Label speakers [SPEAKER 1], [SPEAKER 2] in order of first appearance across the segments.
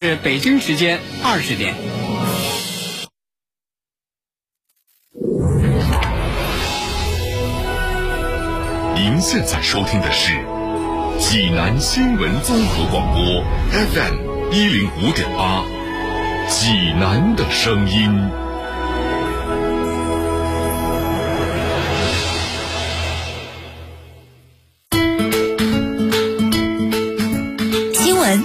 [SPEAKER 1] 是北京时间二十点。
[SPEAKER 2] 您现在收听的是济南新闻综合广播 FM 一零五点八，济南的声音。
[SPEAKER 3] 新闻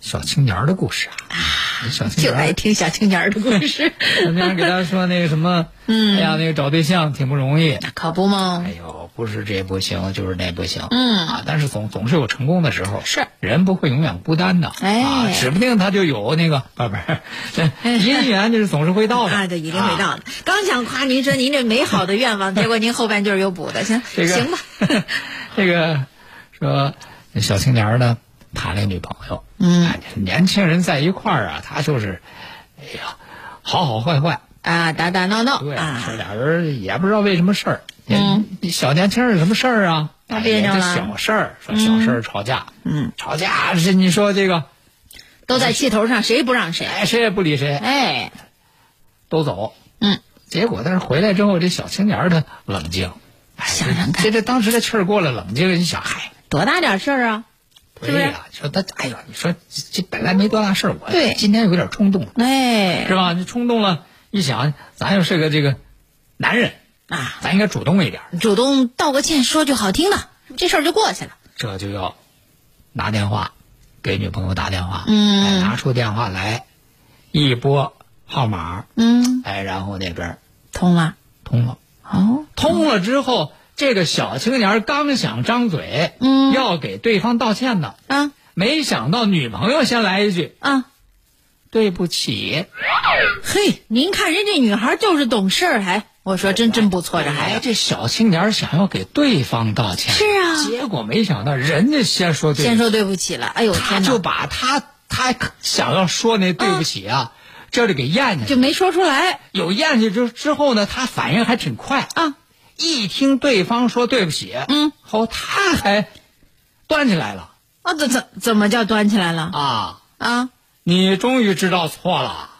[SPEAKER 1] 小青年儿的故事啊，小青
[SPEAKER 4] 就
[SPEAKER 1] 年
[SPEAKER 4] 爱
[SPEAKER 1] 儿，
[SPEAKER 4] 听小青年儿的故 事，
[SPEAKER 1] 小青年儿给他说那个什么，
[SPEAKER 4] 嗯
[SPEAKER 1] 哎呀，那个找对象挺不容易，
[SPEAKER 4] 可不吗
[SPEAKER 1] 哎？呦，不是这不行，就是那不行。
[SPEAKER 4] 嗯
[SPEAKER 1] 啊，但是总总是有成功的时候。
[SPEAKER 4] 是
[SPEAKER 1] 人不会永远孤单的。
[SPEAKER 4] 哎
[SPEAKER 1] 啊，指不定他就有那个啊不是 不是，姻缘就是总是会到的。
[SPEAKER 4] 啊，对，一定会
[SPEAKER 1] 啊
[SPEAKER 4] 到的。刚想夸您说您这美好的愿 望，结果您后半句儿又补的，行
[SPEAKER 1] 这个
[SPEAKER 4] 行吧？
[SPEAKER 1] 这个说小青年儿呢谈了个女朋友，
[SPEAKER 4] 嗯
[SPEAKER 1] 哎，年轻人在一块儿啊，他就是，哎呀，好好坏坏，
[SPEAKER 4] 啊，打打闹闹
[SPEAKER 1] 对，说
[SPEAKER 4] 啊，
[SPEAKER 1] 俩人也不知道为什么事儿，也小年轻人有什么事儿啊？
[SPEAKER 4] 闹别扭
[SPEAKER 1] 哎也
[SPEAKER 4] 了
[SPEAKER 1] 是小事儿，说小事儿吵架，
[SPEAKER 4] 嗯，
[SPEAKER 1] 吵架是你说这个，
[SPEAKER 4] 都在气头上，谁不让谁？
[SPEAKER 1] 哎，谁也不理谁，
[SPEAKER 4] 哎，
[SPEAKER 1] 都走。
[SPEAKER 4] 嗯，
[SPEAKER 1] 结果但是回来之后，这小青年儿他冷静，哎，
[SPEAKER 4] 想想看
[SPEAKER 1] 这这当时这气儿过了，冷静一想，嗨，
[SPEAKER 4] 多大点事儿啊？是不
[SPEAKER 1] 对
[SPEAKER 4] 是
[SPEAKER 1] 呀，你说他，哎呀，你说这这本来没多大事儿，我
[SPEAKER 4] 对
[SPEAKER 1] 今天有点冲动，
[SPEAKER 4] 哎
[SPEAKER 1] 是，吧？你冲动了，一想，咱又是个这个男人
[SPEAKER 4] 啊，
[SPEAKER 1] 咱应该主动一点儿。
[SPEAKER 4] 主动道个歉，说句好听的，这事儿就过去了。
[SPEAKER 1] 这就要拿电话给女朋友打电话，
[SPEAKER 4] 嗯
[SPEAKER 1] 哎，拿出电话来，一拨号码，
[SPEAKER 4] 嗯，
[SPEAKER 1] 哎，然后那边
[SPEAKER 4] 通了。
[SPEAKER 1] 通了，
[SPEAKER 4] 哦，
[SPEAKER 1] 通了之后，这个小青年刚想张嘴，
[SPEAKER 4] 嗯
[SPEAKER 1] 要给对方道歉呢，
[SPEAKER 4] 啊
[SPEAKER 1] 没想到女朋友先来一句
[SPEAKER 4] 啊，
[SPEAKER 1] 对不起，
[SPEAKER 4] 嘿，您看人这女孩就是懂事儿，还我说真真不错，这孩
[SPEAKER 1] 哎，
[SPEAKER 4] 子。
[SPEAKER 1] 这小青年想要给对方道歉，
[SPEAKER 4] 是啊
[SPEAKER 1] 结果没想到人家先说对不起
[SPEAKER 4] 先说对不起了，哎呦
[SPEAKER 1] 他
[SPEAKER 4] 天
[SPEAKER 1] 就
[SPEAKER 4] 哪，
[SPEAKER 1] 把他他想要说那对不起啊，这就给咽下去
[SPEAKER 4] 就
[SPEAKER 1] 了。
[SPEAKER 4] 没说出来
[SPEAKER 1] 有咽下去之之后呢，他反应还挺快，
[SPEAKER 4] 啊！
[SPEAKER 1] 一听对方说对不起，
[SPEAKER 4] 嗯，
[SPEAKER 1] 后他还端起来了
[SPEAKER 4] 啊，怎怎怎么叫端起来了
[SPEAKER 1] 啊！
[SPEAKER 4] 啊？
[SPEAKER 1] 你终于知道错了。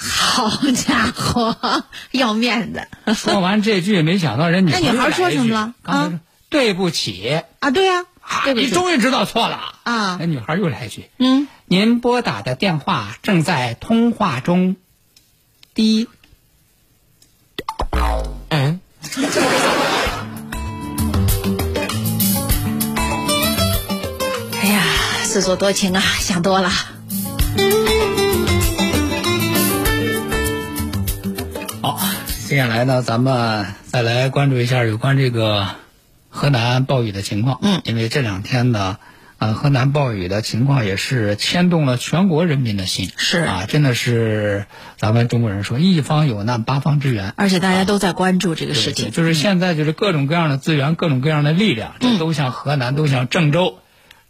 [SPEAKER 4] 好家伙，要面子
[SPEAKER 1] 说完这句，没想到人女
[SPEAKER 4] 那
[SPEAKER 1] 朋友
[SPEAKER 4] 女孩说
[SPEAKER 1] 来一
[SPEAKER 4] 什么
[SPEAKER 1] 句
[SPEAKER 4] 了
[SPEAKER 1] 刚才
[SPEAKER 4] 啊
[SPEAKER 1] 说对不起，
[SPEAKER 4] 啊！对呀、
[SPEAKER 1] 啊
[SPEAKER 4] 对不
[SPEAKER 1] 你
[SPEAKER 4] 起，
[SPEAKER 1] 终于知道错了
[SPEAKER 4] 啊
[SPEAKER 1] 那女孩又来一句：
[SPEAKER 4] 嗯，
[SPEAKER 1] 您拨打的电话正在通话中，滴。嗯，
[SPEAKER 4] 哎呀，自作多情啊，想多了。
[SPEAKER 1] 好，接下来呢，咱们再来关注一下有关这个河南暴雨的情况。
[SPEAKER 4] 嗯
[SPEAKER 1] 因为这两天呢，呃，河南暴雨的情况也是牵动了全国人民的心。
[SPEAKER 4] 是
[SPEAKER 1] 啊，真的是咱们中国人说“一方有难，八方支援”。
[SPEAKER 4] 而且大家都在关注这个
[SPEAKER 1] 对
[SPEAKER 4] 事
[SPEAKER 1] 对
[SPEAKER 4] 情，
[SPEAKER 1] 就是现在就是各种各样的资源，各种各样的力量，
[SPEAKER 4] 嗯
[SPEAKER 1] 这都向河南，都向郑州，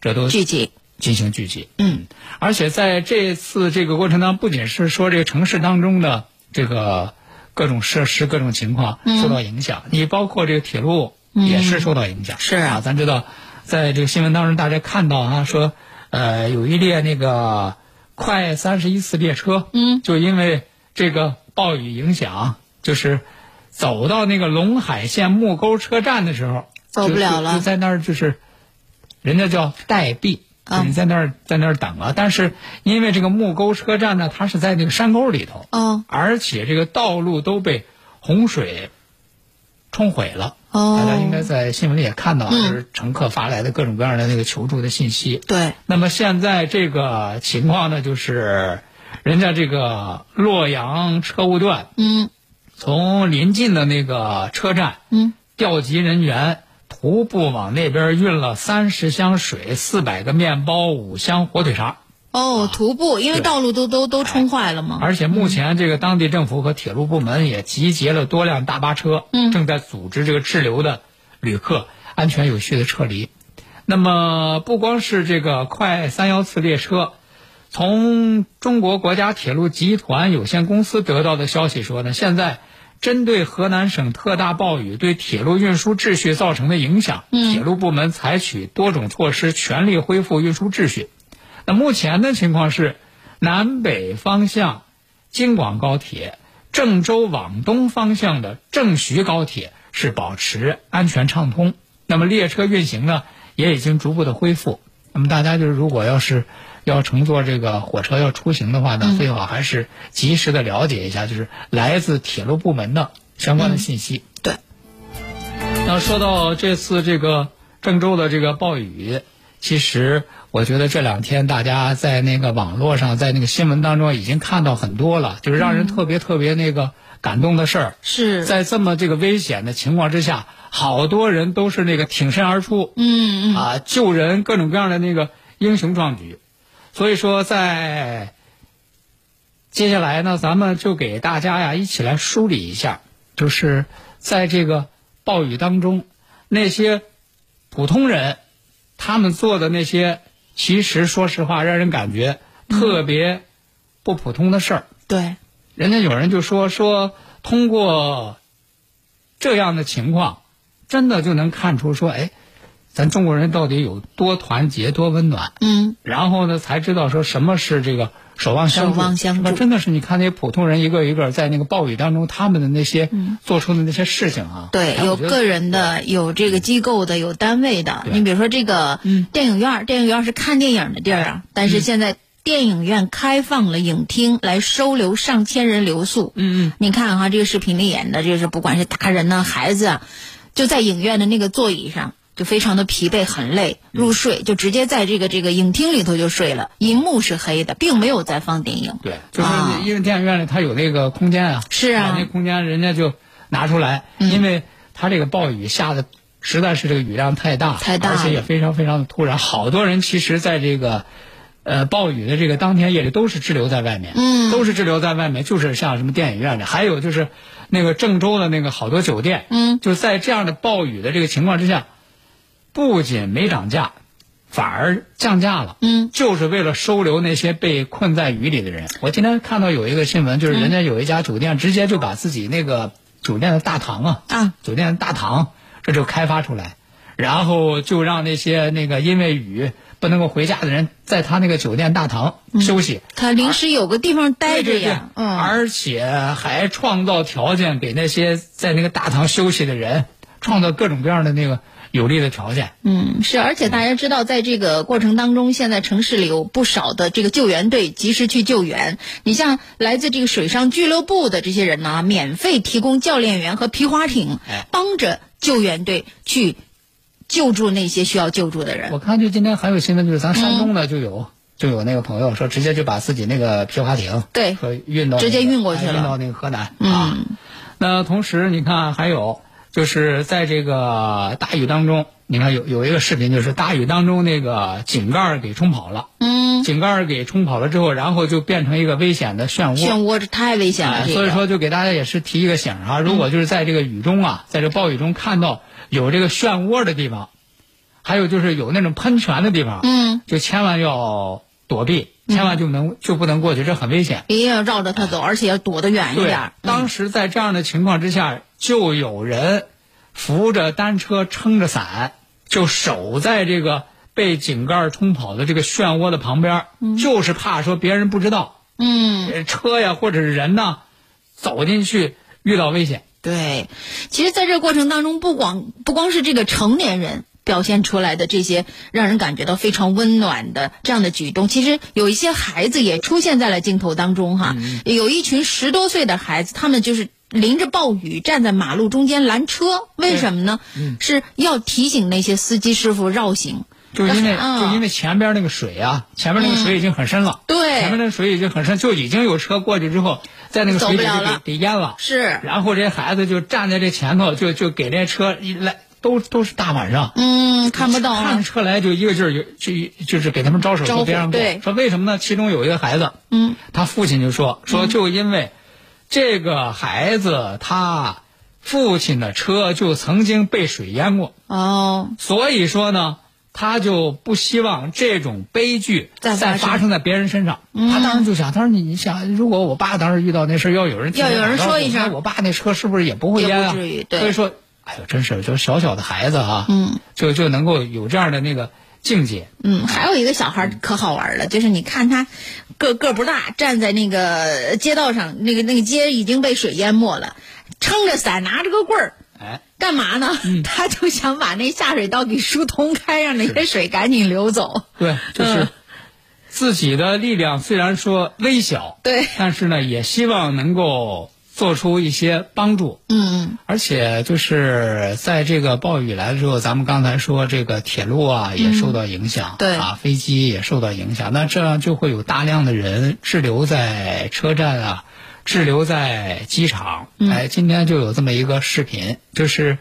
[SPEAKER 1] 这都
[SPEAKER 4] 聚集。
[SPEAKER 1] 进行聚集。
[SPEAKER 4] 嗯，
[SPEAKER 1] 而且在这次这个过程当中，不仅是说这个城市当中的这个各种设施、各种情况
[SPEAKER 4] 嗯
[SPEAKER 1] 受到影响，你包括这个铁路也是受到影响。
[SPEAKER 4] 是
[SPEAKER 1] 啊，咱知道，在这个新闻当中，大家看到啊，说呃有一列那个快三十一次列车，
[SPEAKER 4] 嗯，
[SPEAKER 1] 就因为这个暴雨影响，就是走到那个陇海县木沟车站的时候，
[SPEAKER 4] 走不了
[SPEAKER 1] 就
[SPEAKER 4] 了
[SPEAKER 1] 就就在那儿就是。人家叫待毙，
[SPEAKER 4] 啊
[SPEAKER 1] 你在那儿在那儿等了。但是因为这个木沟车站呢，它是在那个山沟里头，
[SPEAKER 4] 哦
[SPEAKER 1] 而且这个道路都被洪水冲毁了。
[SPEAKER 4] 哦嗯
[SPEAKER 1] 大家应该在新闻里也看到，就是乘客发来的各种各样的那个求助的信息。
[SPEAKER 4] 对，
[SPEAKER 1] 那么现在这个情况呢，就是人家这个洛阳车务段
[SPEAKER 4] 嗯
[SPEAKER 1] 从临近的那个车站，
[SPEAKER 4] 嗯，
[SPEAKER 1] 调集人员徒步往那边运了三十箱水、四百个面包、五箱火腿肠。
[SPEAKER 4] 哦，徒步，因为
[SPEAKER 1] 对
[SPEAKER 4] 道路都都都冲坏了嘛。
[SPEAKER 1] 而且目前这个当地政府和铁路部门也集结了多辆大巴车，
[SPEAKER 4] 嗯
[SPEAKER 1] 正在组织这个滞留的旅客安全有序的撤离。那么不光是这个快三幺次列车，从中国国家铁路集团有限公司得到的消息说呢，现在针对河南省特大暴雨对铁路运输秩序造成的影响，铁路部门采取多种措施，全力恢复运输秩序。那目前的情况是，南北方向京广高铁、郑州往东方向的郑徐高铁是保持安全畅通。那么列车运行呢，也已经逐步的恢复。那么大家就是如果要是要乘坐这个火车要出行的话呢，最好还是及时的了解一下，就是来自铁路部门的相关的信息。
[SPEAKER 4] 对，
[SPEAKER 1] 那说到这次这个郑州的这个暴雨，其实我觉得这两天大家在那个网络上，在那个新闻当中已经看到很多了，就是让人特别特别那个感动的事儿。
[SPEAKER 4] 是，
[SPEAKER 1] 在这么这个危险的情况之下，好多人都是那个挺身而出，
[SPEAKER 4] 嗯嗯，
[SPEAKER 1] 啊，救人各种各样的那个英雄壮举。所以说，在接下来呢，咱们就给大家呀一起来梳理一下，就是在这个暴雨当中，那些普通人他们做的那些，其实说实话，让人感觉
[SPEAKER 4] 嗯
[SPEAKER 1] 特别不普通的事儿。
[SPEAKER 4] 对，
[SPEAKER 1] 人家有人就说说，通过这样的情况，真的就能看出说，哎，咱中国人到底有多团结、多温暖。
[SPEAKER 4] 嗯，
[SPEAKER 1] 然后呢，才知道说什么是这个守望相助。
[SPEAKER 4] 守望相助
[SPEAKER 1] 那真的是你看那些普通人一个一个在那个暴雨当中，他们的那些做出的那些事情啊，
[SPEAKER 4] 嗯对，
[SPEAKER 1] 哎
[SPEAKER 4] 有
[SPEAKER 1] 我觉得
[SPEAKER 4] 个人的，有这个机构的，有单位的。
[SPEAKER 1] 对
[SPEAKER 4] 你比如说这个电影院儿，电影院儿是看电影的地儿
[SPEAKER 1] 嗯
[SPEAKER 4] 啊，但是现在电影院开放了影厅，来收留上千人留宿。
[SPEAKER 1] 嗯嗯，
[SPEAKER 4] 你看哈，这个视频里演的，就是不管是大人呐、孩子啊，就在影院的那个座椅上，就非常的疲惫，很累，
[SPEAKER 1] 嗯
[SPEAKER 4] 入睡就直接在这个这个影厅里头就睡了，荧幕是黑的，并没有在放电影。
[SPEAKER 1] 对，就是
[SPEAKER 4] 啊
[SPEAKER 1] 因为电影院里它有那个空间啊，
[SPEAKER 4] 是啊嗯
[SPEAKER 1] 把那空间人家就拿出来，因为它这个暴雨下的实在是这个雨量太大，
[SPEAKER 4] 太大
[SPEAKER 1] 而且也
[SPEAKER 4] 了
[SPEAKER 1] 非常非常的突然，好多人其实在这个。呃，暴雨的这个当天夜里都是滞留在外面，
[SPEAKER 4] 嗯
[SPEAKER 1] 都是滞留在外面，就是像什么电影院里，还有就是那个郑州的那个好多酒店，
[SPEAKER 4] 嗯
[SPEAKER 1] 就在这样的暴雨的这个情况之下，不仅没涨价，反而降价了。
[SPEAKER 4] 嗯，
[SPEAKER 1] 就是为了收留那些被困在雨里的人。我今天看到有一个新闻，就是
[SPEAKER 4] 嗯
[SPEAKER 1] 人家有一家酒店直接就把自己那个酒店的大堂啊，
[SPEAKER 4] 啊，
[SPEAKER 1] 酒店的大堂这就开发出来，然后就让那些那个因为雨不能够回家的人，在他那个酒店大堂
[SPEAKER 4] 嗯
[SPEAKER 1] 休息。
[SPEAKER 4] 他临时有个地方
[SPEAKER 1] 啊
[SPEAKER 4] 待着
[SPEAKER 1] 对对对
[SPEAKER 4] 呀。嗯，
[SPEAKER 1] 而且还创造条件给那些在那个大堂休息的人，创造各种各样的那个有利的条件。
[SPEAKER 4] 嗯，是，而且大家知道，在这个过程当中，现在城市里有不少的这个救援队及时去救援。你像来自这个水上俱乐部的这些人呢、免费提供教练员和皮划艇
[SPEAKER 1] 哎，
[SPEAKER 4] 帮着救援队去救助那些需要救助的人。
[SPEAKER 1] 我看就今天还有新闻，就是咱山东的就有、就有那个朋友说，直接就把自己那个皮划艇
[SPEAKER 4] 对
[SPEAKER 1] 说运到那个、
[SPEAKER 4] 直接运过去了
[SPEAKER 1] 运到那个河南、啊。
[SPEAKER 4] 嗯，
[SPEAKER 1] 那同时你看还有就是在这个大雨当中，你看有有一个视频，就是大雨当中那个井盖儿给冲跑了，
[SPEAKER 4] 嗯，
[SPEAKER 1] 井盖儿给冲跑了之后，然后就变成一个危险的漩涡。
[SPEAKER 4] 漩涡这太危险了，
[SPEAKER 1] 哎
[SPEAKER 4] 这个、嗯
[SPEAKER 1] 所以说，就给大家也是提一个醒儿啊，如果就是在这个雨中啊，在这暴雨中看到有这个漩涡的地方，还有就是有那种喷泉的地方，
[SPEAKER 4] 嗯，
[SPEAKER 1] 就千万要躲避，千万就能就不能过去，这很危险。
[SPEAKER 4] 一定要绕着他走，而且要躲得远一
[SPEAKER 1] 对
[SPEAKER 4] 点儿，。嗯
[SPEAKER 1] 当时在这样的情况之下，就有人扶着单车，撑着伞，就守在这个被井盖冲跑的这个漩涡的旁边儿，就是怕说别人不知道，
[SPEAKER 4] 嗯。
[SPEAKER 1] 呃车呀或者是人呐走进去遇到危险。
[SPEAKER 4] 对，其实在这个过程当中，不光不光是这个成年人表现出来的这些让人感觉到非常温暖的这样的举动，其实有一些孩子也出现在了镜头当中哈。有一群十多岁的孩子，他们就是。淋着暴雨站在马路中间拦车，为什么呢？是要提醒那些司机师傅绕行。
[SPEAKER 1] 就因为、
[SPEAKER 4] 啊
[SPEAKER 1] 就因为前边那个水啊，前面那个水已经很深了，
[SPEAKER 4] 嗯对
[SPEAKER 1] 前面那个水已经很深，就已经有车过去之后，在那个水
[SPEAKER 4] 走
[SPEAKER 1] 里
[SPEAKER 4] 不了
[SPEAKER 1] 就
[SPEAKER 4] 了
[SPEAKER 1] 给给淹了，
[SPEAKER 4] 是
[SPEAKER 1] 然后这些孩子就站在这前头，就就给这车一来都都是大晚上，
[SPEAKER 4] 嗯，看不到
[SPEAKER 1] 看
[SPEAKER 4] 了，
[SPEAKER 1] 车来就一个劲儿有就就是给他们招手，
[SPEAKER 4] 招呼
[SPEAKER 1] 就别让过。
[SPEAKER 4] 对
[SPEAKER 1] 说为什么呢？其中有一个孩子，
[SPEAKER 4] 嗯，
[SPEAKER 1] 他父亲就说说就因为这个孩子他父亲的车就曾经被水淹过，
[SPEAKER 4] 哦，
[SPEAKER 1] 所以说呢，他就不希望这种悲剧
[SPEAKER 4] 再发
[SPEAKER 1] 再
[SPEAKER 4] 生嗯
[SPEAKER 1] 发生在别人身上。他当时就想，他说你你想，如果我爸当时遇到那事儿，要有人提
[SPEAKER 4] 要有人
[SPEAKER 1] 醒他
[SPEAKER 4] 说一
[SPEAKER 1] 那
[SPEAKER 4] 声
[SPEAKER 1] 我爸那车是不是也不会
[SPEAKER 4] 也不
[SPEAKER 1] 淹啊？
[SPEAKER 4] 至于对
[SPEAKER 1] 所以说，哎呦，真是就小小的孩子啊，
[SPEAKER 4] 嗯，
[SPEAKER 1] 就就能够有这样的那个境界。
[SPEAKER 4] 嗯，还有一个小孩儿可好玩了，就是你看他个个不大，站在那个街道上，那个那个街已经被水淹没了，撑着伞，拿着个棍儿，
[SPEAKER 1] 哎，
[SPEAKER 4] 干嘛呢？ 他就想把那下水道给疏通开，让那些水赶紧流走。
[SPEAKER 1] 对，就是
[SPEAKER 4] 嗯
[SPEAKER 1] 自己的力量虽然说微小，
[SPEAKER 4] 对
[SPEAKER 1] 但是呢，也希望能够做出一些帮助。
[SPEAKER 4] 嗯，
[SPEAKER 1] 而且就是在这个暴雨来了之后，咱们刚才说这个铁路啊也受到影响，
[SPEAKER 4] 嗯对
[SPEAKER 1] 啊，飞机也受到影响，那这样就会有大量的人滞留在车站啊，滞留在机场。
[SPEAKER 4] 嗯
[SPEAKER 1] 哎，今天就有这么一个视频，就是。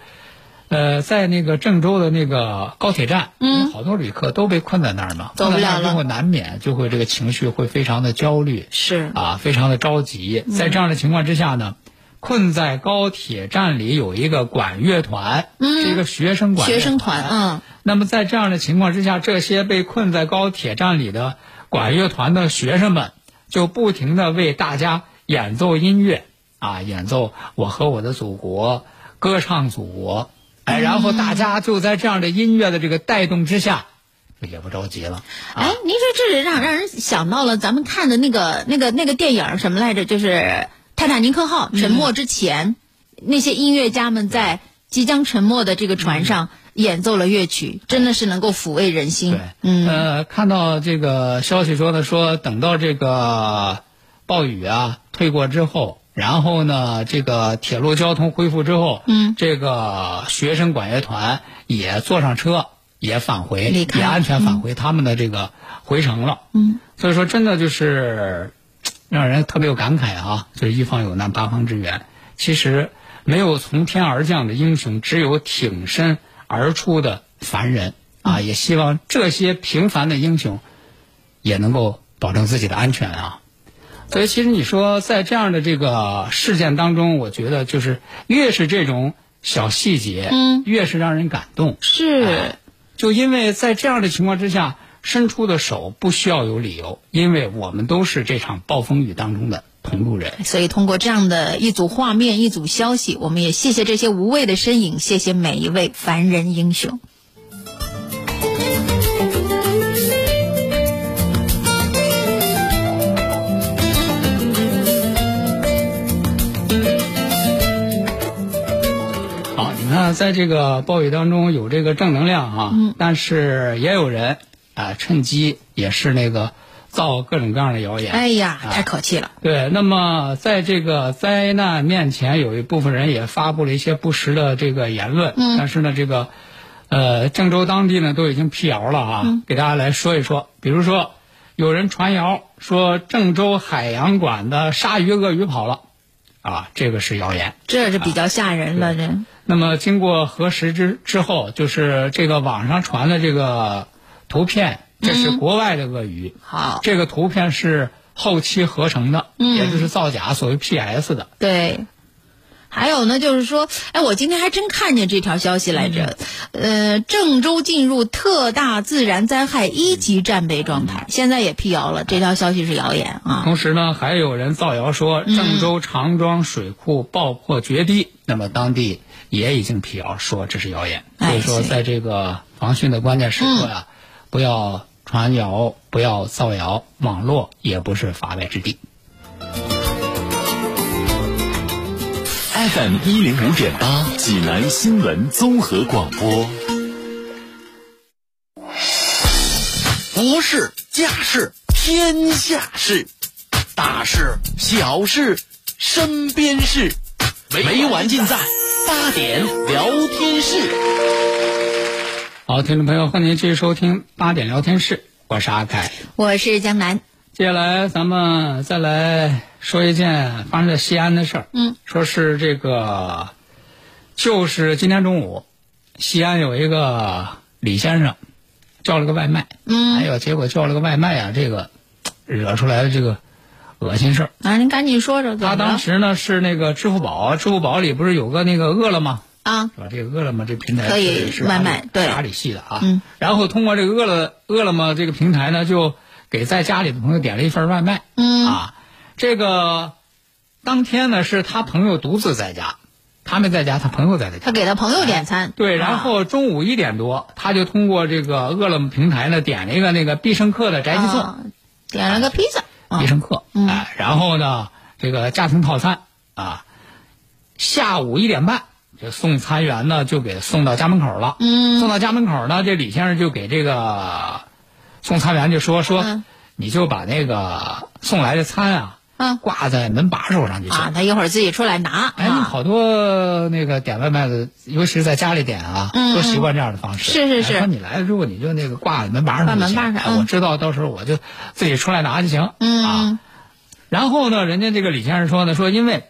[SPEAKER 1] 呃，在那个郑州的那个高铁站，嗯，好多旅客都被困在那儿嘛，
[SPEAKER 4] 走不
[SPEAKER 1] 困在那儿
[SPEAKER 4] 了了
[SPEAKER 1] 之后难免就会这个情绪会非常的焦虑，
[SPEAKER 4] 是
[SPEAKER 1] 啊，非常的着急。在这样的情况之下呢，困在高铁站里有一个管乐团，
[SPEAKER 4] 嗯
[SPEAKER 1] 是一个学生管乐
[SPEAKER 4] 学生团，嗯，
[SPEAKER 1] 那么在这样的情况之下，这些被困在高铁站里的管乐团的学生们，就不停的为大家演奏音乐啊，演奏《我和我的祖国》，歌唱祖国。哎，然后
[SPEAKER 4] 嗯
[SPEAKER 1] 大家就在这样的音乐的这个带动之下，也不着急了。啊、
[SPEAKER 4] 哎，您说这让让人想到了咱们看的那个那个那个电影儿什么来着？就是《泰坦尼克号》
[SPEAKER 1] 嗯
[SPEAKER 4] 沉没之前，那些音乐家们在即将沉没的这个船上演奏了乐曲，真的是能够抚慰人心
[SPEAKER 1] 对。，
[SPEAKER 4] 嗯，
[SPEAKER 1] 呃，看到这个消息说呢，说等到这个暴雨啊退过之后，然后呢，这个铁路交通恢复之后，
[SPEAKER 4] 嗯，
[SPEAKER 1] 这个学生管乐团也坐上车，也返回，
[SPEAKER 4] 离开嗯
[SPEAKER 1] 也安全返回他们的这个回程了。嗯，所以说真的就是嘖让人特别有感慨啊，就是一方有难八方支援。其实没有从天而降的英雄，只有挺身而出的凡人
[SPEAKER 4] 嗯
[SPEAKER 1] 啊！也希望这些平凡的英雄也能够保证自己的安全啊。所以，其实你说在这样的这个事件当中，我觉得就是越是这种小细节，
[SPEAKER 4] 嗯
[SPEAKER 1] 越是让人感动。
[SPEAKER 4] 是
[SPEAKER 1] 哎，就因为在这样的情况之下，伸出的手不需要有理由，因为我们都是这场暴风雨当中的同路人。
[SPEAKER 4] 所以通过这样的一组画面、一组消息，我们也谢谢这些无畏的身影，谢谢每一位凡人英雄。
[SPEAKER 1] 好，你看，在这个暴雨当中有这个正能量啊，但是也有人啊、趁机也是那个造各种各样的谣言。
[SPEAKER 4] 哎呀，
[SPEAKER 1] 啊
[SPEAKER 4] 太可气了。
[SPEAKER 1] 对，那么在这个灾难面前，有一部分人也发布了一些不实的这个言论，
[SPEAKER 4] 嗯
[SPEAKER 1] 但是呢，这个呃，郑州当地呢都已经辟谣了啊，给大家来说一说，比如说有人传谣说郑州海洋馆的鲨鱼、鳄鱼跑了，啊，这个是谣言。
[SPEAKER 4] 这是比较吓人了，这
[SPEAKER 1] 那么经过核实之之后，就是这个网上传的这个图片，这是国外的鳄鱼。
[SPEAKER 4] 好，
[SPEAKER 1] 这个图片是后期合成的，
[SPEAKER 4] 嗯
[SPEAKER 1] 也就是造假，所谓 PS 的。
[SPEAKER 4] 对。还有呢，就是说，哎，我今天还真看见这条消息来着，
[SPEAKER 1] 嗯
[SPEAKER 4] 呃，郑州进入特大自然灾害一级战备状
[SPEAKER 1] 嗯
[SPEAKER 4] 态，现在也辟谣了，这条消息是谣言啊。
[SPEAKER 1] 同时呢，还有人造谣说
[SPEAKER 4] 嗯
[SPEAKER 1] 郑州长庄水库爆破决堤，那么当地也已经辟谣说这是谣言。所
[SPEAKER 4] 哎
[SPEAKER 1] 以说，
[SPEAKER 4] 是嗯
[SPEAKER 1] 在这个防汛的关键时刻啊，不要传谣，不要造谣，网络也不是法外之地。
[SPEAKER 2] FM 一零五点八，济南新闻综合广播。
[SPEAKER 5] 国事、家事、天下事，大事、小事、身边事，没完尽在八点聊天室。
[SPEAKER 1] 好，听众朋友，欢迎您继续收听八点聊天室，我是阿凯。
[SPEAKER 4] 我是江南，
[SPEAKER 1] 接下来咱们再来说一件发生在西安的事儿。
[SPEAKER 4] 嗯，
[SPEAKER 1] 说是这个，就是今天中午，西安有一个李先生，叫了个外卖，哎
[SPEAKER 4] 嗯，
[SPEAKER 1] 呦，结果叫了个外卖啊，这个惹出来的这个恶心事儿。
[SPEAKER 4] 啊，您赶紧说说怎么
[SPEAKER 1] 他当
[SPEAKER 4] 了
[SPEAKER 1] 时呢是那个支付宝，支付宝里不是有个那个饿了么，
[SPEAKER 4] 啊？
[SPEAKER 1] 是吧？这个饿了么这平台
[SPEAKER 4] 可以
[SPEAKER 1] 是是
[SPEAKER 4] 外
[SPEAKER 1] 阿里
[SPEAKER 4] 卖对
[SPEAKER 1] 是阿里系的啊。
[SPEAKER 4] 嗯。
[SPEAKER 1] 然后通过这个饿了饿了么这个平台呢，就给在家里的朋友点了一份外卖。
[SPEAKER 4] 嗯
[SPEAKER 1] 啊，这个当天呢是他朋友独自在家，他没在家，他朋友在他
[SPEAKER 4] 他
[SPEAKER 1] 家。
[SPEAKER 4] 给他朋友点餐，
[SPEAKER 1] 对，然
[SPEAKER 4] 啊
[SPEAKER 1] 后中午一点多，他就通过这个饿了么平台呢点了一个那个必胜客的宅急送。
[SPEAKER 4] 啊点了个披萨，啊
[SPEAKER 1] 必胜客，
[SPEAKER 4] 嗯
[SPEAKER 1] 哎，然后呢，这个家庭套餐啊，下午一点半，这送餐员呢就给送到家门口了。
[SPEAKER 4] 嗯
[SPEAKER 1] 送到家门口呢，这李先生就给这个送餐员就说说，
[SPEAKER 4] 嗯
[SPEAKER 1] 你就把那个送来的餐啊
[SPEAKER 4] 啊
[SPEAKER 1] 挂在门把手上就行。
[SPEAKER 4] 啊，他一会儿自己出来拿
[SPEAKER 1] 哎，
[SPEAKER 4] 啊。
[SPEAKER 1] 好多那个点外卖的，尤其是在家里点啊，
[SPEAKER 4] 嗯
[SPEAKER 1] 都习惯这样的方式。
[SPEAKER 4] 是是
[SPEAKER 1] 哎
[SPEAKER 4] 是
[SPEAKER 1] 说你来，如果你就那个挂在门把上
[SPEAKER 4] 挂
[SPEAKER 1] 就
[SPEAKER 4] 门
[SPEAKER 1] 行，
[SPEAKER 4] 把上
[SPEAKER 1] 哎
[SPEAKER 4] 嗯
[SPEAKER 1] 我知道，到时候我就自己出来拿就行。
[SPEAKER 4] 嗯
[SPEAKER 1] 啊，然后呢，人家这个李先生说呢，说因为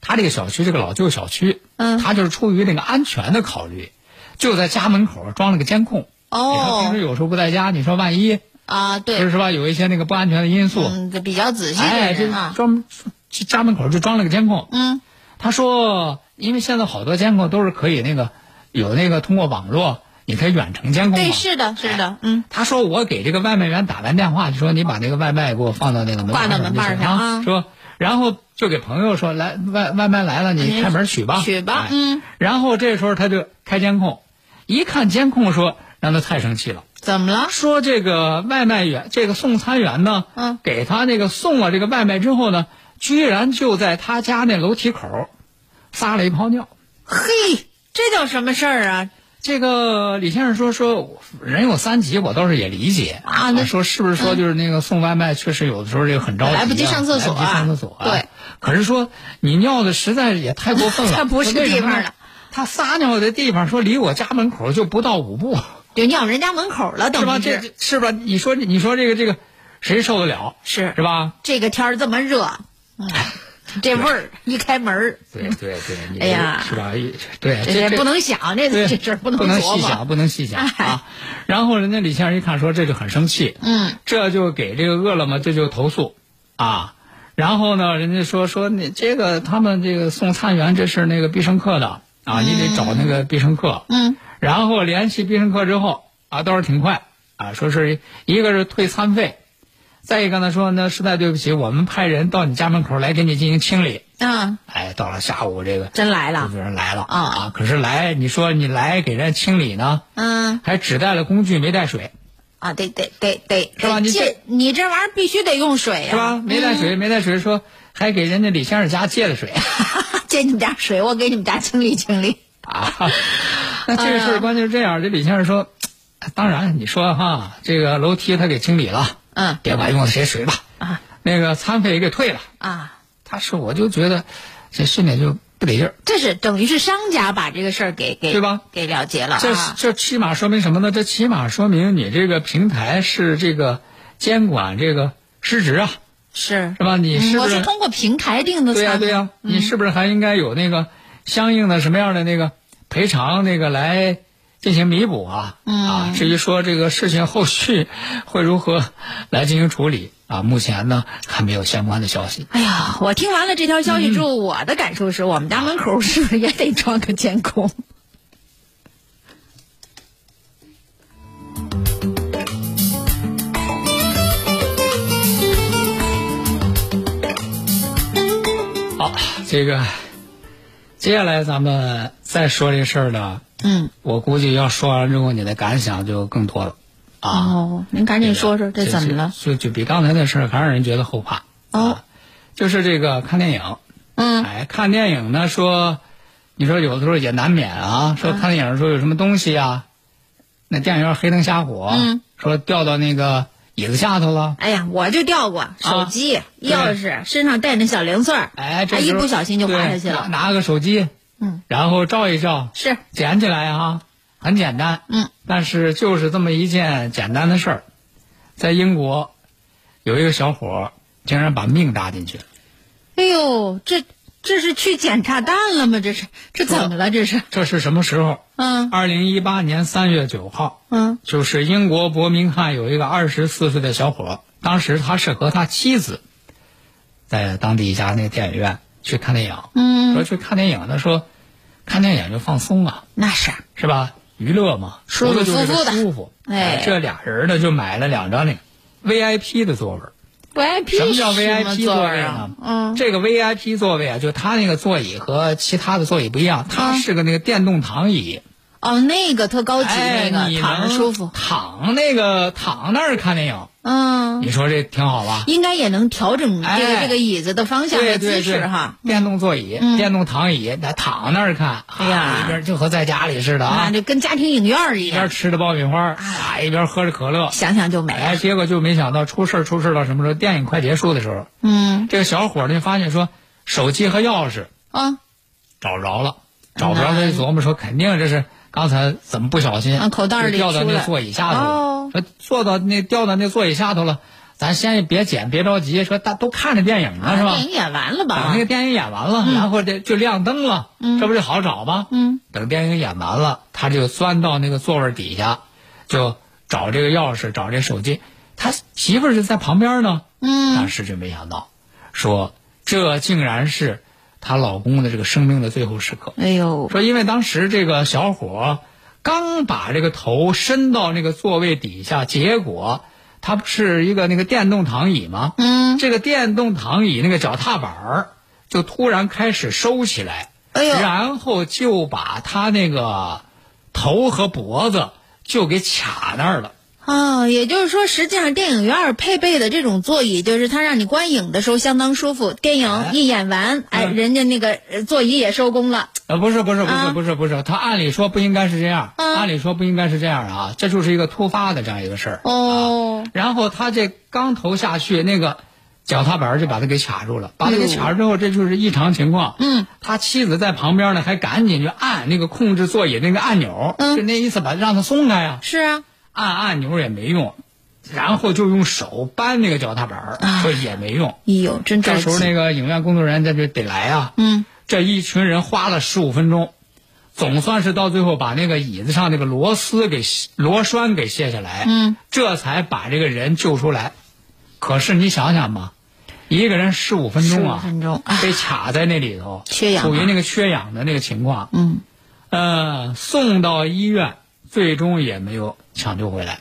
[SPEAKER 1] 他这个小区这个老旧小区，
[SPEAKER 4] 嗯
[SPEAKER 1] 他就是出于那个安全的考虑，就在家门口装了个监控。你说平时
[SPEAKER 4] 哦
[SPEAKER 1] 有时候不在家，你说万一
[SPEAKER 4] 啊，对，
[SPEAKER 1] 是吧，有一些那个不安全的因素，
[SPEAKER 4] 嗯，这比较仔细
[SPEAKER 1] 哎，
[SPEAKER 4] 的
[SPEAKER 1] 这
[SPEAKER 4] 人啊，
[SPEAKER 1] 专门这家门口就装了个监控。
[SPEAKER 4] 嗯
[SPEAKER 1] 他说，因为现在好多监控都是可以那个有那个通过网络，你可以远程监控嘛。
[SPEAKER 4] 对，是的，是的，嗯
[SPEAKER 1] 他说我给这个外卖员打完电话，就说你把那个外卖给我放到那个门把
[SPEAKER 4] 挂到门把
[SPEAKER 1] 上
[SPEAKER 4] 上
[SPEAKER 1] 就行
[SPEAKER 4] 啊
[SPEAKER 1] 说然后就给朋友说来外外卖来了，你
[SPEAKER 4] 您
[SPEAKER 1] 开门取吧，
[SPEAKER 4] 取吧
[SPEAKER 1] 哎
[SPEAKER 4] 嗯。
[SPEAKER 1] 然后这时候他就开监控，一看监控说让他太生气了，
[SPEAKER 4] 怎么了？
[SPEAKER 1] 说这个外卖员这个送餐员呢，
[SPEAKER 4] 嗯
[SPEAKER 1] 给他那个送了这个外卖之后呢，居然就在他家那楼梯口撒了一泡尿。
[SPEAKER 4] 嘿，这叫什么事儿啊？
[SPEAKER 1] 这个李先生说说人有三急，我倒是也理解
[SPEAKER 4] 啊那
[SPEAKER 1] 说是不是说就是那个送外卖确实有的时候这个很着急啊、
[SPEAKER 4] 来不及上厕所啊
[SPEAKER 1] 来不及上厕所、啊。
[SPEAKER 4] 对，
[SPEAKER 1] 可是说你尿的实在也太过分了，
[SPEAKER 4] 他 不是
[SPEAKER 1] 说为什么
[SPEAKER 4] 地方的。
[SPEAKER 1] 他撒尿的地方说离我家门口就不到五 步，
[SPEAKER 4] 就尿人家门口了，
[SPEAKER 1] 是吧？
[SPEAKER 4] 等于
[SPEAKER 1] 这
[SPEAKER 4] 是
[SPEAKER 1] 这是吧？你说你说这个这个谁受得了？
[SPEAKER 4] 是
[SPEAKER 1] 是吧？
[SPEAKER 4] 这个天儿这么热， 嗯，这味儿一开门儿，
[SPEAKER 1] 对对对，你
[SPEAKER 4] 哎呀
[SPEAKER 1] 是吧？一对，
[SPEAKER 4] 这
[SPEAKER 1] 这
[SPEAKER 4] 不能想，这
[SPEAKER 1] 对
[SPEAKER 4] 这事儿不
[SPEAKER 1] 不
[SPEAKER 4] 能
[SPEAKER 1] 能
[SPEAKER 4] 琢
[SPEAKER 1] 细
[SPEAKER 4] 磨。
[SPEAKER 1] 想，不能细想
[SPEAKER 4] 哎
[SPEAKER 1] 啊。然后人家李先生一看说这就很生气，
[SPEAKER 4] 嗯，
[SPEAKER 1] 这就给这个饿了么这就投诉啊。然后呢，人家说说你这个他们这个送餐员这是那个必胜客的啊，你得找那个必胜客。
[SPEAKER 4] 嗯，
[SPEAKER 1] 然后联系必胜客之后啊，倒是挺快啊，说是一个是退餐费，再一个呢说呢实在对不起，我们派人到你家门口来给你进行清理。
[SPEAKER 4] 啊，
[SPEAKER 1] 哎，到了下午这个
[SPEAKER 4] 真来
[SPEAKER 1] 就
[SPEAKER 4] 了
[SPEAKER 1] 有，人来了
[SPEAKER 4] 啊
[SPEAKER 1] 啊，可是来你说你来给人家清理呢，
[SPEAKER 4] 嗯
[SPEAKER 1] 还只带了工具没带水。
[SPEAKER 4] 啊，得得得得，
[SPEAKER 1] 是吧
[SPEAKER 4] 得
[SPEAKER 1] 你
[SPEAKER 4] 这你这玩意儿必须得用水呀，嗯
[SPEAKER 1] 是吧？没带水，没带水，说还给人家李先生家借的 水
[SPEAKER 4] 借你们家水，我给你们家清理清理。
[SPEAKER 1] 啊。那这个事儿关键是这样，这李先生说，当然你说哈，这个楼梯他给清理了，
[SPEAKER 4] 嗯
[SPEAKER 1] 别管用谁水吧，
[SPEAKER 4] 啊
[SPEAKER 1] 那个餐费也给退了。
[SPEAKER 4] 啊，
[SPEAKER 1] 他是我就觉得这心里就不得劲儿，
[SPEAKER 4] 这是等于是商家把这个事儿给给
[SPEAKER 1] 对吧？
[SPEAKER 4] 给了结了
[SPEAKER 1] 这
[SPEAKER 4] 啊，
[SPEAKER 1] 这起码说明什么呢？这起码说明你这个平台是这个监管这个失职啊，
[SPEAKER 4] 是
[SPEAKER 1] 是吧？你
[SPEAKER 4] 嗯
[SPEAKER 1] 是不
[SPEAKER 4] 我是
[SPEAKER 1] 是
[SPEAKER 4] 通过平台定的嗯
[SPEAKER 1] 对呀、
[SPEAKER 4] 餐，
[SPEAKER 1] 对呀、你是不是还应该有那个相应的什么样的那个赔偿那个来进行弥补啊？
[SPEAKER 4] 嗯
[SPEAKER 1] 啊，至于说这个事情后续会如何来进行处理啊，目前呢还没有相关的消息。
[SPEAKER 4] 哎呀，我听完了这条消息之后，我的感受是我们家门口是不是也得装个监控？
[SPEAKER 1] 好，这个接下来咱们再说这事儿呢，
[SPEAKER 4] 嗯，
[SPEAKER 1] 我估计要说完之后你的感想就更多了啊。
[SPEAKER 4] 哦，您赶紧说说这怎么了？
[SPEAKER 1] 就就比刚才那事儿还让人觉得后怕。
[SPEAKER 4] 哦
[SPEAKER 1] 啊，就是这个看电影。
[SPEAKER 4] 嗯
[SPEAKER 1] 哎，看电影呢，说你说有的时候也难免
[SPEAKER 4] 嗯
[SPEAKER 1] 啊，说看电影说有什么东西啊，那电影院黑灯瞎火，
[SPEAKER 4] 嗯
[SPEAKER 1] 说掉到那个椅子下头了，
[SPEAKER 4] 哎呀，我就掉过手机、钥匙，身上带那小零碎儿，
[SPEAKER 1] 啊哎，这
[SPEAKER 4] 哎一
[SPEAKER 1] 时候
[SPEAKER 4] 不小心就滑
[SPEAKER 1] 对
[SPEAKER 4] 下去了
[SPEAKER 1] 拿拿个手机，
[SPEAKER 4] 嗯，
[SPEAKER 1] 然后照一照，
[SPEAKER 4] 是，
[SPEAKER 1] 捡起来啊，很简单，
[SPEAKER 4] 嗯，
[SPEAKER 1] 但是就是这么一件简单的事儿，在英国有一个小伙儿竟然把命搭进去了。
[SPEAKER 4] 哎呦，这这是去检查蛋了吗？这是这怎么了？这是
[SPEAKER 1] 这是什么时候？
[SPEAKER 4] 嗯
[SPEAKER 1] 二零一八年三月九号，
[SPEAKER 4] 嗯
[SPEAKER 1] 就是英国伯明翰有一个二十四岁的小伙，当时他是和他妻子在当地一家那个电影院去看电影，
[SPEAKER 4] 嗯，
[SPEAKER 1] 说去看电影呢，说看电影就放松啊，
[SPEAKER 4] 那是
[SPEAKER 1] 是吧？娱乐嘛，
[SPEAKER 4] 舒
[SPEAKER 1] 图
[SPEAKER 4] 舒
[SPEAKER 1] 的就是
[SPEAKER 4] 服服的
[SPEAKER 1] 舒服。
[SPEAKER 4] 哎
[SPEAKER 1] 这俩人呢就买了两张那个 VIP 的座位儿。
[SPEAKER 4] VIP
[SPEAKER 1] 什么叫 VIP 座位呢？？
[SPEAKER 4] 啊嗯，
[SPEAKER 1] 这个 VIP 座位啊，就他那个座椅和其他的座椅不一样，它是个那个电动躺椅，
[SPEAKER 4] 哦，那个特高级，
[SPEAKER 1] 哎，
[SPEAKER 4] 嗯那
[SPEAKER 1] 你
[SPEAKER 4] 个躺着
[SPEAKER 1] 能
[SPEAKER 4] 舒服，
[SPEAKER 1] 躺那个躺那儿看电影，
[SPEAKER 4] 嗯，
[SPEAKER 1] 你说这挺好吧？
[SPEAKER 4] 应该也能调整这个
[SPEAKER 1] 哎
[SPEAKER 4] 这个椅子的方向
[SPEAKER 1] 对对
[SPEAKER 4] 和姿
[SPEAKER 1] 对
[SPEAKER 4] 势哈。
[SPEAKER 1] 电动座椅、
[SPEAKER 4] 嗯
[SPEAKER 1] 电动躺椅，那躺那儿看，
[SPEAKER 4] 哎呀
[SPEAKER 1] 啊一边就和在家里似的
[SPEAKER 4] 那
[SPEAKER 1] 啊，
[SPEAKER 4] 就哎跟家庭影院儿一
[SPEAKER 1] 一边
[SPEAKER 4] 样，
[SPEAKER 1] 吃着爆米花，啊，一边喝着可乐，
[SPEAKER 4] 想想就美。
[SPEAKER 1] 哎，结果就没想到出事儿，出事儿到什么时候？电影快结束的时候，
[SPEAKER 4] 嗯
[SPEAKER 1] 这个小伙儿就发现说，手机和钥匙
[SPEAKER 4] 啊
[SPEAKER 1] 找不着了，找不着他就琢磨说，肯定这是刚才怎么不小心
[SPEAKER 4] 嗯啊口袋里
[SPEAKER 1] 就掉到
[SPEAKER 4] 出
[SPEAKER 1] 那
[SPEAKER 4] 来
[SPEAKER 1] 座椅下头了
[SPEAKER 4] 哦，
[SPEAKER 1] 说坐到那掉到那座椅下头了，咱先别捡，别着急，说大都看着电影呢啊是吧
[SPEAKER 4] 啊电？影嗯演完了
[SPEAKER 1] 等
[SPEAKER 4] 吧
[SPEAKER 1] 那？个电影演完了，然后这就亮灯了，这不就好找吗？
[SPEAKER 4] 嗯，
[SPEAKER 1] 等电影演完了，他就钻到那个座位底下，就找这个钥匙，找这手机。他媳妇儿就在旁边呢，
[SPEAKER 4] 嗯
[SPEAKER 1] 当时就没想到，说这竟然是她老公的这个生命的最后时刻。
[SPEAKER 4] 哎呦，
[SPEAKER 1] 说因为当时这个小伙刚把这个头伸到那个座位底下，结果他不是一个那个电动躺椅吗？
[SPEAKER 4] 嗯，
[SPEAKER 1] 这个电动躺椅那个脚踏板儿就突然开始收起来，
[SPEAKER 4] 哎呦
[SPEAKER 1] 然后就把他那个头和脖子就给卡那儿了。
[SPEAKER 4] 啊，也就是说，实际上电影院儿配备的这种座椅，就是它让你观影的时候相当舒服。电影一演完，哎，
[SPEAKER 1] 嗯
[SPEAKER 4] 人家那个呃座椅也收工了。
[SPEAKER 1] 呃，不是不是不是
[SPEAKER 4] 啊
[SPEAKER 1] 不是不是，他按理说不应该是这样，
[SPEAKER 4] 嗯
[SPEAKER 1] 按理说不应该是这样啊，这就是一个突发的这样一个事儿。
[SPEAKER 4] 哦，
[SPEAKER 1] 然后他这刚投下去，那个脚踏板儿就把他给卡住了，把他给卡住之后，这就是异常情况。
[SPEAKER 4] 哎嗯，
[SPEAKER 1] 他妻子在旁边呢，还赶紧去按那个控制座椅那个按钮，
[SPEAKER 4] 嗯
[SPEAKER 1] 就那意思把让他松开呀、
[SPEAKER 4] 是啊，
[SPEAKER 1] 按按钮也没用，然后就用手扳那个脚踏板儿，说也没用。
[SPEAKER 4] 哎呦，真着
[SPEAKER 1] 这时候
[SPEAKER 4] 急。
[SPEAKER 1] 那个影院工作人员这就得来啊，
[SPEAKER 4] 嗯，
[SPEAKER 1] 这一群人花了十五分钟，总算是到最后把那个椅子上那个螺丝给卸螺栓给卸下来，
[SPEAKER 4] 嗯，
[SPEAKER 1] 这才把这个人救出来。可是你想想吧，一个人十五分钟啊，
[SPEAKER 4] 15分钟啊
[SPEAKER 1] 被卡在那里头，
[SPEAKER 4] 缺氧啊
[SPEAKER 1] 处于那个缺氧的那个情况，
[SPEAKER 4] 嗯，
[SPEAKER 1] 呃，送到医院，最终也没有抢救回来。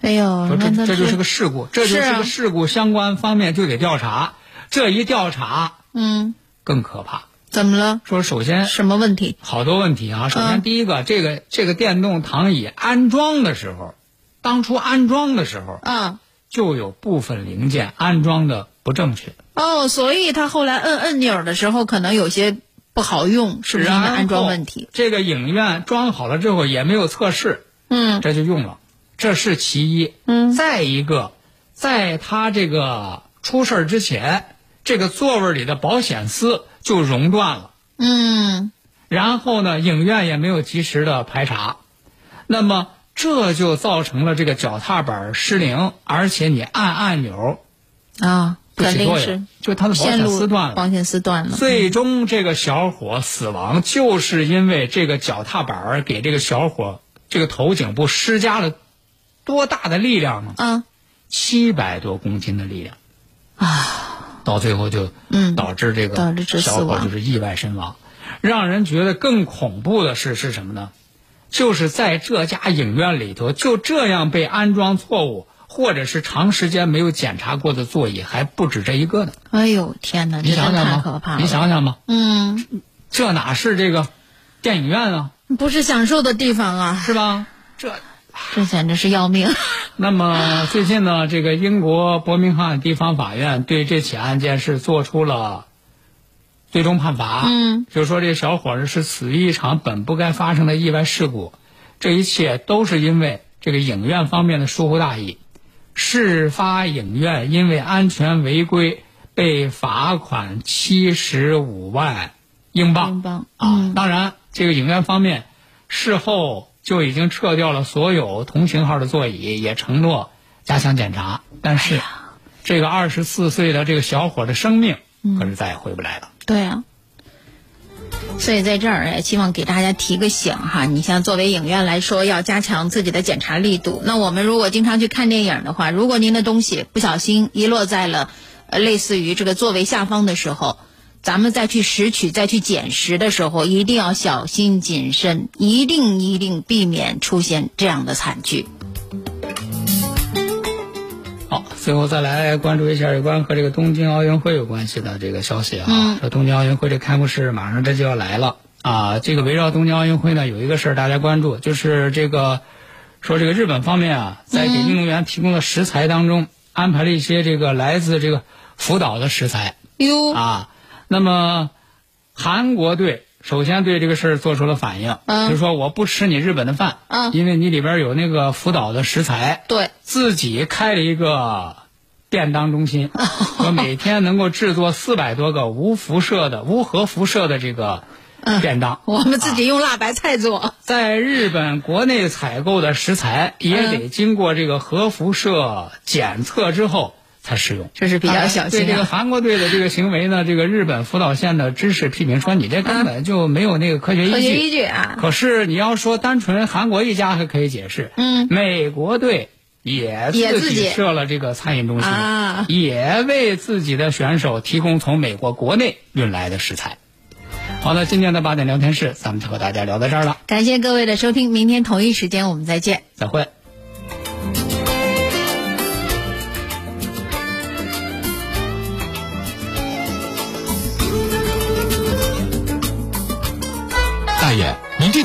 [SPEAKER 4] 哎呦，
[SPEAKER 1] 说这
[SPEAKER 4] 那那
[SPEAKER 1] 这就是个事故，这就是
[SPEAKER 4] 是
[SPEAKER 1] 个
[SPEAKER 4] 啊
[SPEAKER 1] 事故，相关方面就得调查。这一调查
[SPEAKER 4] 嗯，
[SPEAKER 1] 更可怕。
[SPEAKER 4] 怎么了？
[SPEAKER 1] 说首先
[SPEAKER 4] 什么问题？
[SPEAKER 1] 好多问题啊，首先
[SPEAKER 4] 嗯
[SPEAKER 1] 第一个，这个这个电动躺椅安装的时候，当初安装的时候
[SPEAKER 4] 啊，
[SPEAKER 1] 就有部分零件安装的不正确，
[SPEAKER 4] 哦，所以他后来摁按钮的时候，可能有些不好用，是不是因为
[SPEAKER 1] 然后
[SPEAKER 4] 安装问题？
[SPEAKER 1] 这个影院装好了之后也没有测试，
[SPEAKER 4] 嗯
[SPEAKER 1] 这就用了，这是其一。
[SPEAKER 4] 嗯
[SPEAKER 1] 再一个，在他这个出事儿之前，这个座位里的保险丝就熔断了，
[SPEAKER 4] 嗯，
[SPEAKER 1] 然后呢，影院也没有及时的排查，那么这就造成了这个脚踏板失灵，而且你按按钮
[SPEAKER 4] 啊，
[SPEAKER 1] 不
[SPEAKER 4] 肯
[SPEAKER 1] 起作
[SPEAKER 4] 定是
[SPEAKER 1] 用，就它的保
[SPEAKER 4] 线
[SPEAKER 1] 险丝
[SPEAKER 4] 路
[SPEAKER 1] 断了。
[SPEAKER 4] 保险丝断了。
[SPEAKER 1] 最终这个小伙死亡，就是因为这个脚踏板儿给这个小伙这个头颈部施加了多大的力量呢？
[SPEAKER 4] 啊
[SPEAKER 1] 七百多公斤的力量啊，到最后就
[SPEAKER 4] 嗯
[SPEAKER 1] 导致这个
[SPEAKER 4] 导致这死
[SPEAKER 1] 小伙
[SPEAKER 4] 亡
[SPEAKER 1] 就是意外身亡。让人觉得更恐怖的是是什么呢？就是在这家影院里头，就这样被安装错误，或者是长时间没有检查过的座椅，还不止这一个呢。
[SPEAKER 4] 哎呦天哪，
[SPEAKER 1] 你
[SPEAKER 4] 这
[SPEAKER 1] 想
[SPEAKER 4] 真
[SPEAKER 1] 想
[SPEAKER 4] 太
[SPEAKER 1] 吧，
[SPEAKER 4] 可怕了！
[SPEAKER 1] 你想想吧，
[SPEAKER 4] 嗯，
[SPEAKER 1] 这哪是这个电影院啊，
[SPEAKER 4] 不是享受的地方啊，
[SPEAKER 1] 是吧？这
[SPEAKER 4] 这简直是要命。
[SPEAKER 1] 那么最近呢，这个英国伯明翰地方法院对这起案件是做出了最终判罚，
[SPEAKER 4] 嗯，
[SPEAKER 1] 就说这小伙儿是死于一场本不该发生的意外事故，这一切都是因为这个影院方面的疏忽大意。事发影院因为安全违规被罚款七十五万英镑。
[SPEAKER 4] 英镑嗯
[SPEAKER 1] 啊，当然，这个影院方面事后就已经撤掉了所有同型号的座椅，也承诺加强检
[SPEAKER 4] 哎嗯
[SPEAKER 1] 查。但是，这个二十四岁的这个小伙的生命可是再也回不来了。
[SPEAKER 4] 对啊。所以在这儿哎也希望给大家提个醒哈，你像作为影院来说，要加强自己的检查力度。那我们如果经常去看电影的话，如果您的东西不小心遗落在了，呃，类似于这个座位下方的时候，咱们再去拾取、再去捡拾的时候，一定要小心谨慎，一定一定避免出现这样的惨剧。
[SPEAKER 1] 好，最后再来关注一下有关和这个东京奥运会有关系的这个消息啊。
[SPEAKER 4] 嗯
[SPEAKER 1] 说东京奥运会这开幕式马上这就要来了啊。这个围绕东京奥运会呢，有一个事儿大家关注，就是这个说这个日本方面啊，在给运动员提供的食材当中、安排了一些这个来自这个福岛的食材
[SPEAKER 4] 哟，
[SPEAKER 1] 啊。那么韩国队首先对这个事儿做出了反应，
[SPEAKER 4] 嗯
[SPEAKER 1] 就是说我不吃你日本的饭，
[SPEAKER 4] 嗯
[SPEAKER 1] 因为你里边有那个福岛的食材，
[SPEAKER 4] 对，
[SPEAKER 1] 自己开了一个便当中 心，我每天能够制作四百多个无辐射的、无核辐射的这个
[SPEAKER 4] 嗯
[SPEAKER 1] 便当。
[SPEAKER 4] 我们自己用辣白菜做，
[SPEAKER 1] 在日本国内采购的食材
[SPEAKER 4] 嗯
[SPEAKER 1] 也得经过这个核辐射检测之后才使用。
[SPEAKER 4] 这是比较小
[SPEAKER 1] 对
[SPEAKER 4] 心
[SPEAKER 1] 这个
[SPEAKER 4] 啊。
[SPEAKER 1] 韩国队的这个行为呢，这个日本福岛县的知识批评说你这根本就没有那个科学依据。
[SPEAKER 4] 科学依据啊，
[SPEAKER 1] 可是你要说单纯韩国一家还可以解释，
[SPEAKER 4] 嗯
[SPEAKER 1] 美国队也
[SPEAKER 4] 也
[SPEAKER 1] 自
[SPEAKER 4] 自己
[SPEAKER 1] 己设了这个餐饮中心，
[SPEAKER 4] 啊
[SPEAKER 1] 也为自己的选手提供从美国国内运来的食材。好的，今天的八点聊天室咱们就和大家聊到这儿了，
[SPEAKER 4] 感谢各位的收听，明天同一时间我们再见。
[SPEAKER 1] 再会。
[SPEAKER 5] 大爷，您这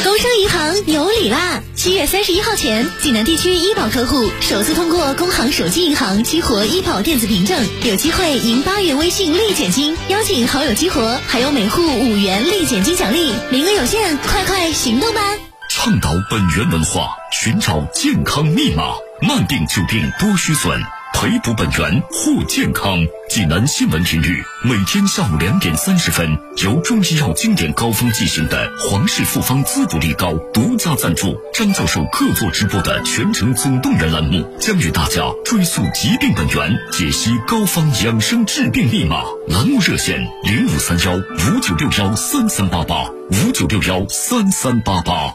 [SPEAKER 3] 工商银行有礼啦！七月三十一号前，济南地区医保客户首次通过工行手机银行激活医保电子凭证，有机会赢八月微信立减金，邀请好友激活，还有每户五元立减金奖励，名额有限，快快行动吧！
[SPEAKER 2] 倡导本源文化，寻找健康密码。慢病久病多虚损，培补本源护健康。济南新闻频率每天下午两点三十分，由中医药经典膏方进行的皇氏复方滋补力膏独家赞助，张教授客座直播的全程总动员栏目，将与大家追溯疾病本源，解析膏方养生治病密码。栏目热线零五三幺五九六幺三三八八五九六幺三三八八。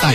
[SPEAKER 5] 大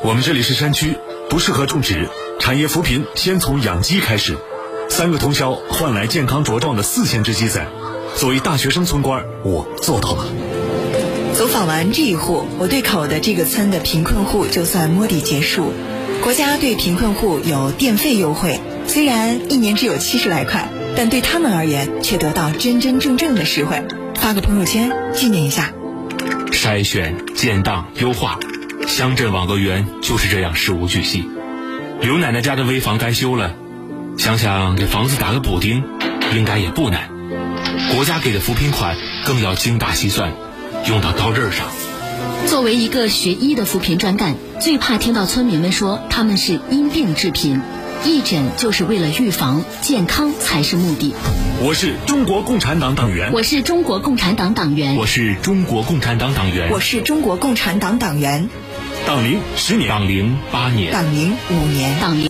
[SPEAKER 6] 我们这里是山区，不适合种植。产业扶贫先从养鸡开始，三个通宵换来健康茁壮的四千只鸡仔。作为大学生村官，我做到了。
[SPEAKER 7] 走访完这一户，我对口的这个村的贫困户就算摸底结束。国家对贫困户有电费优惠，虽然一年只有七十来块，但对他们而言却得到真真正正的实惠。发个朋友圈纪念一下。
[SPEAKER 8] 筛选、建档、优化，乡镇网格员就是这样事无巨细。刘奶奶家的危房该修了，想想给房子打个补丁，应该也不难。国家给的扶贫款更要精打细算，用到刀刃上。
[SPEAKER 3] 作为一个学医的扶贫专干，最怕听到村民们说他们是因病致贫。义诊就是为了预防，健康才是目的。
[SPEAKER 9] 我是中国共产党党员，
[SPEAKER 3] 我是中国共产党党员，
[SPEAKER 2] 我是中国共产党党员
[SPEAKER 7] 我，是中国共产党党员，
[SPEAKER 9] 党龄十年。
[SPEAKER 2] 党龄八年。
[SPEAKER 7] 党龄五年。
[SPEAKER 3] 党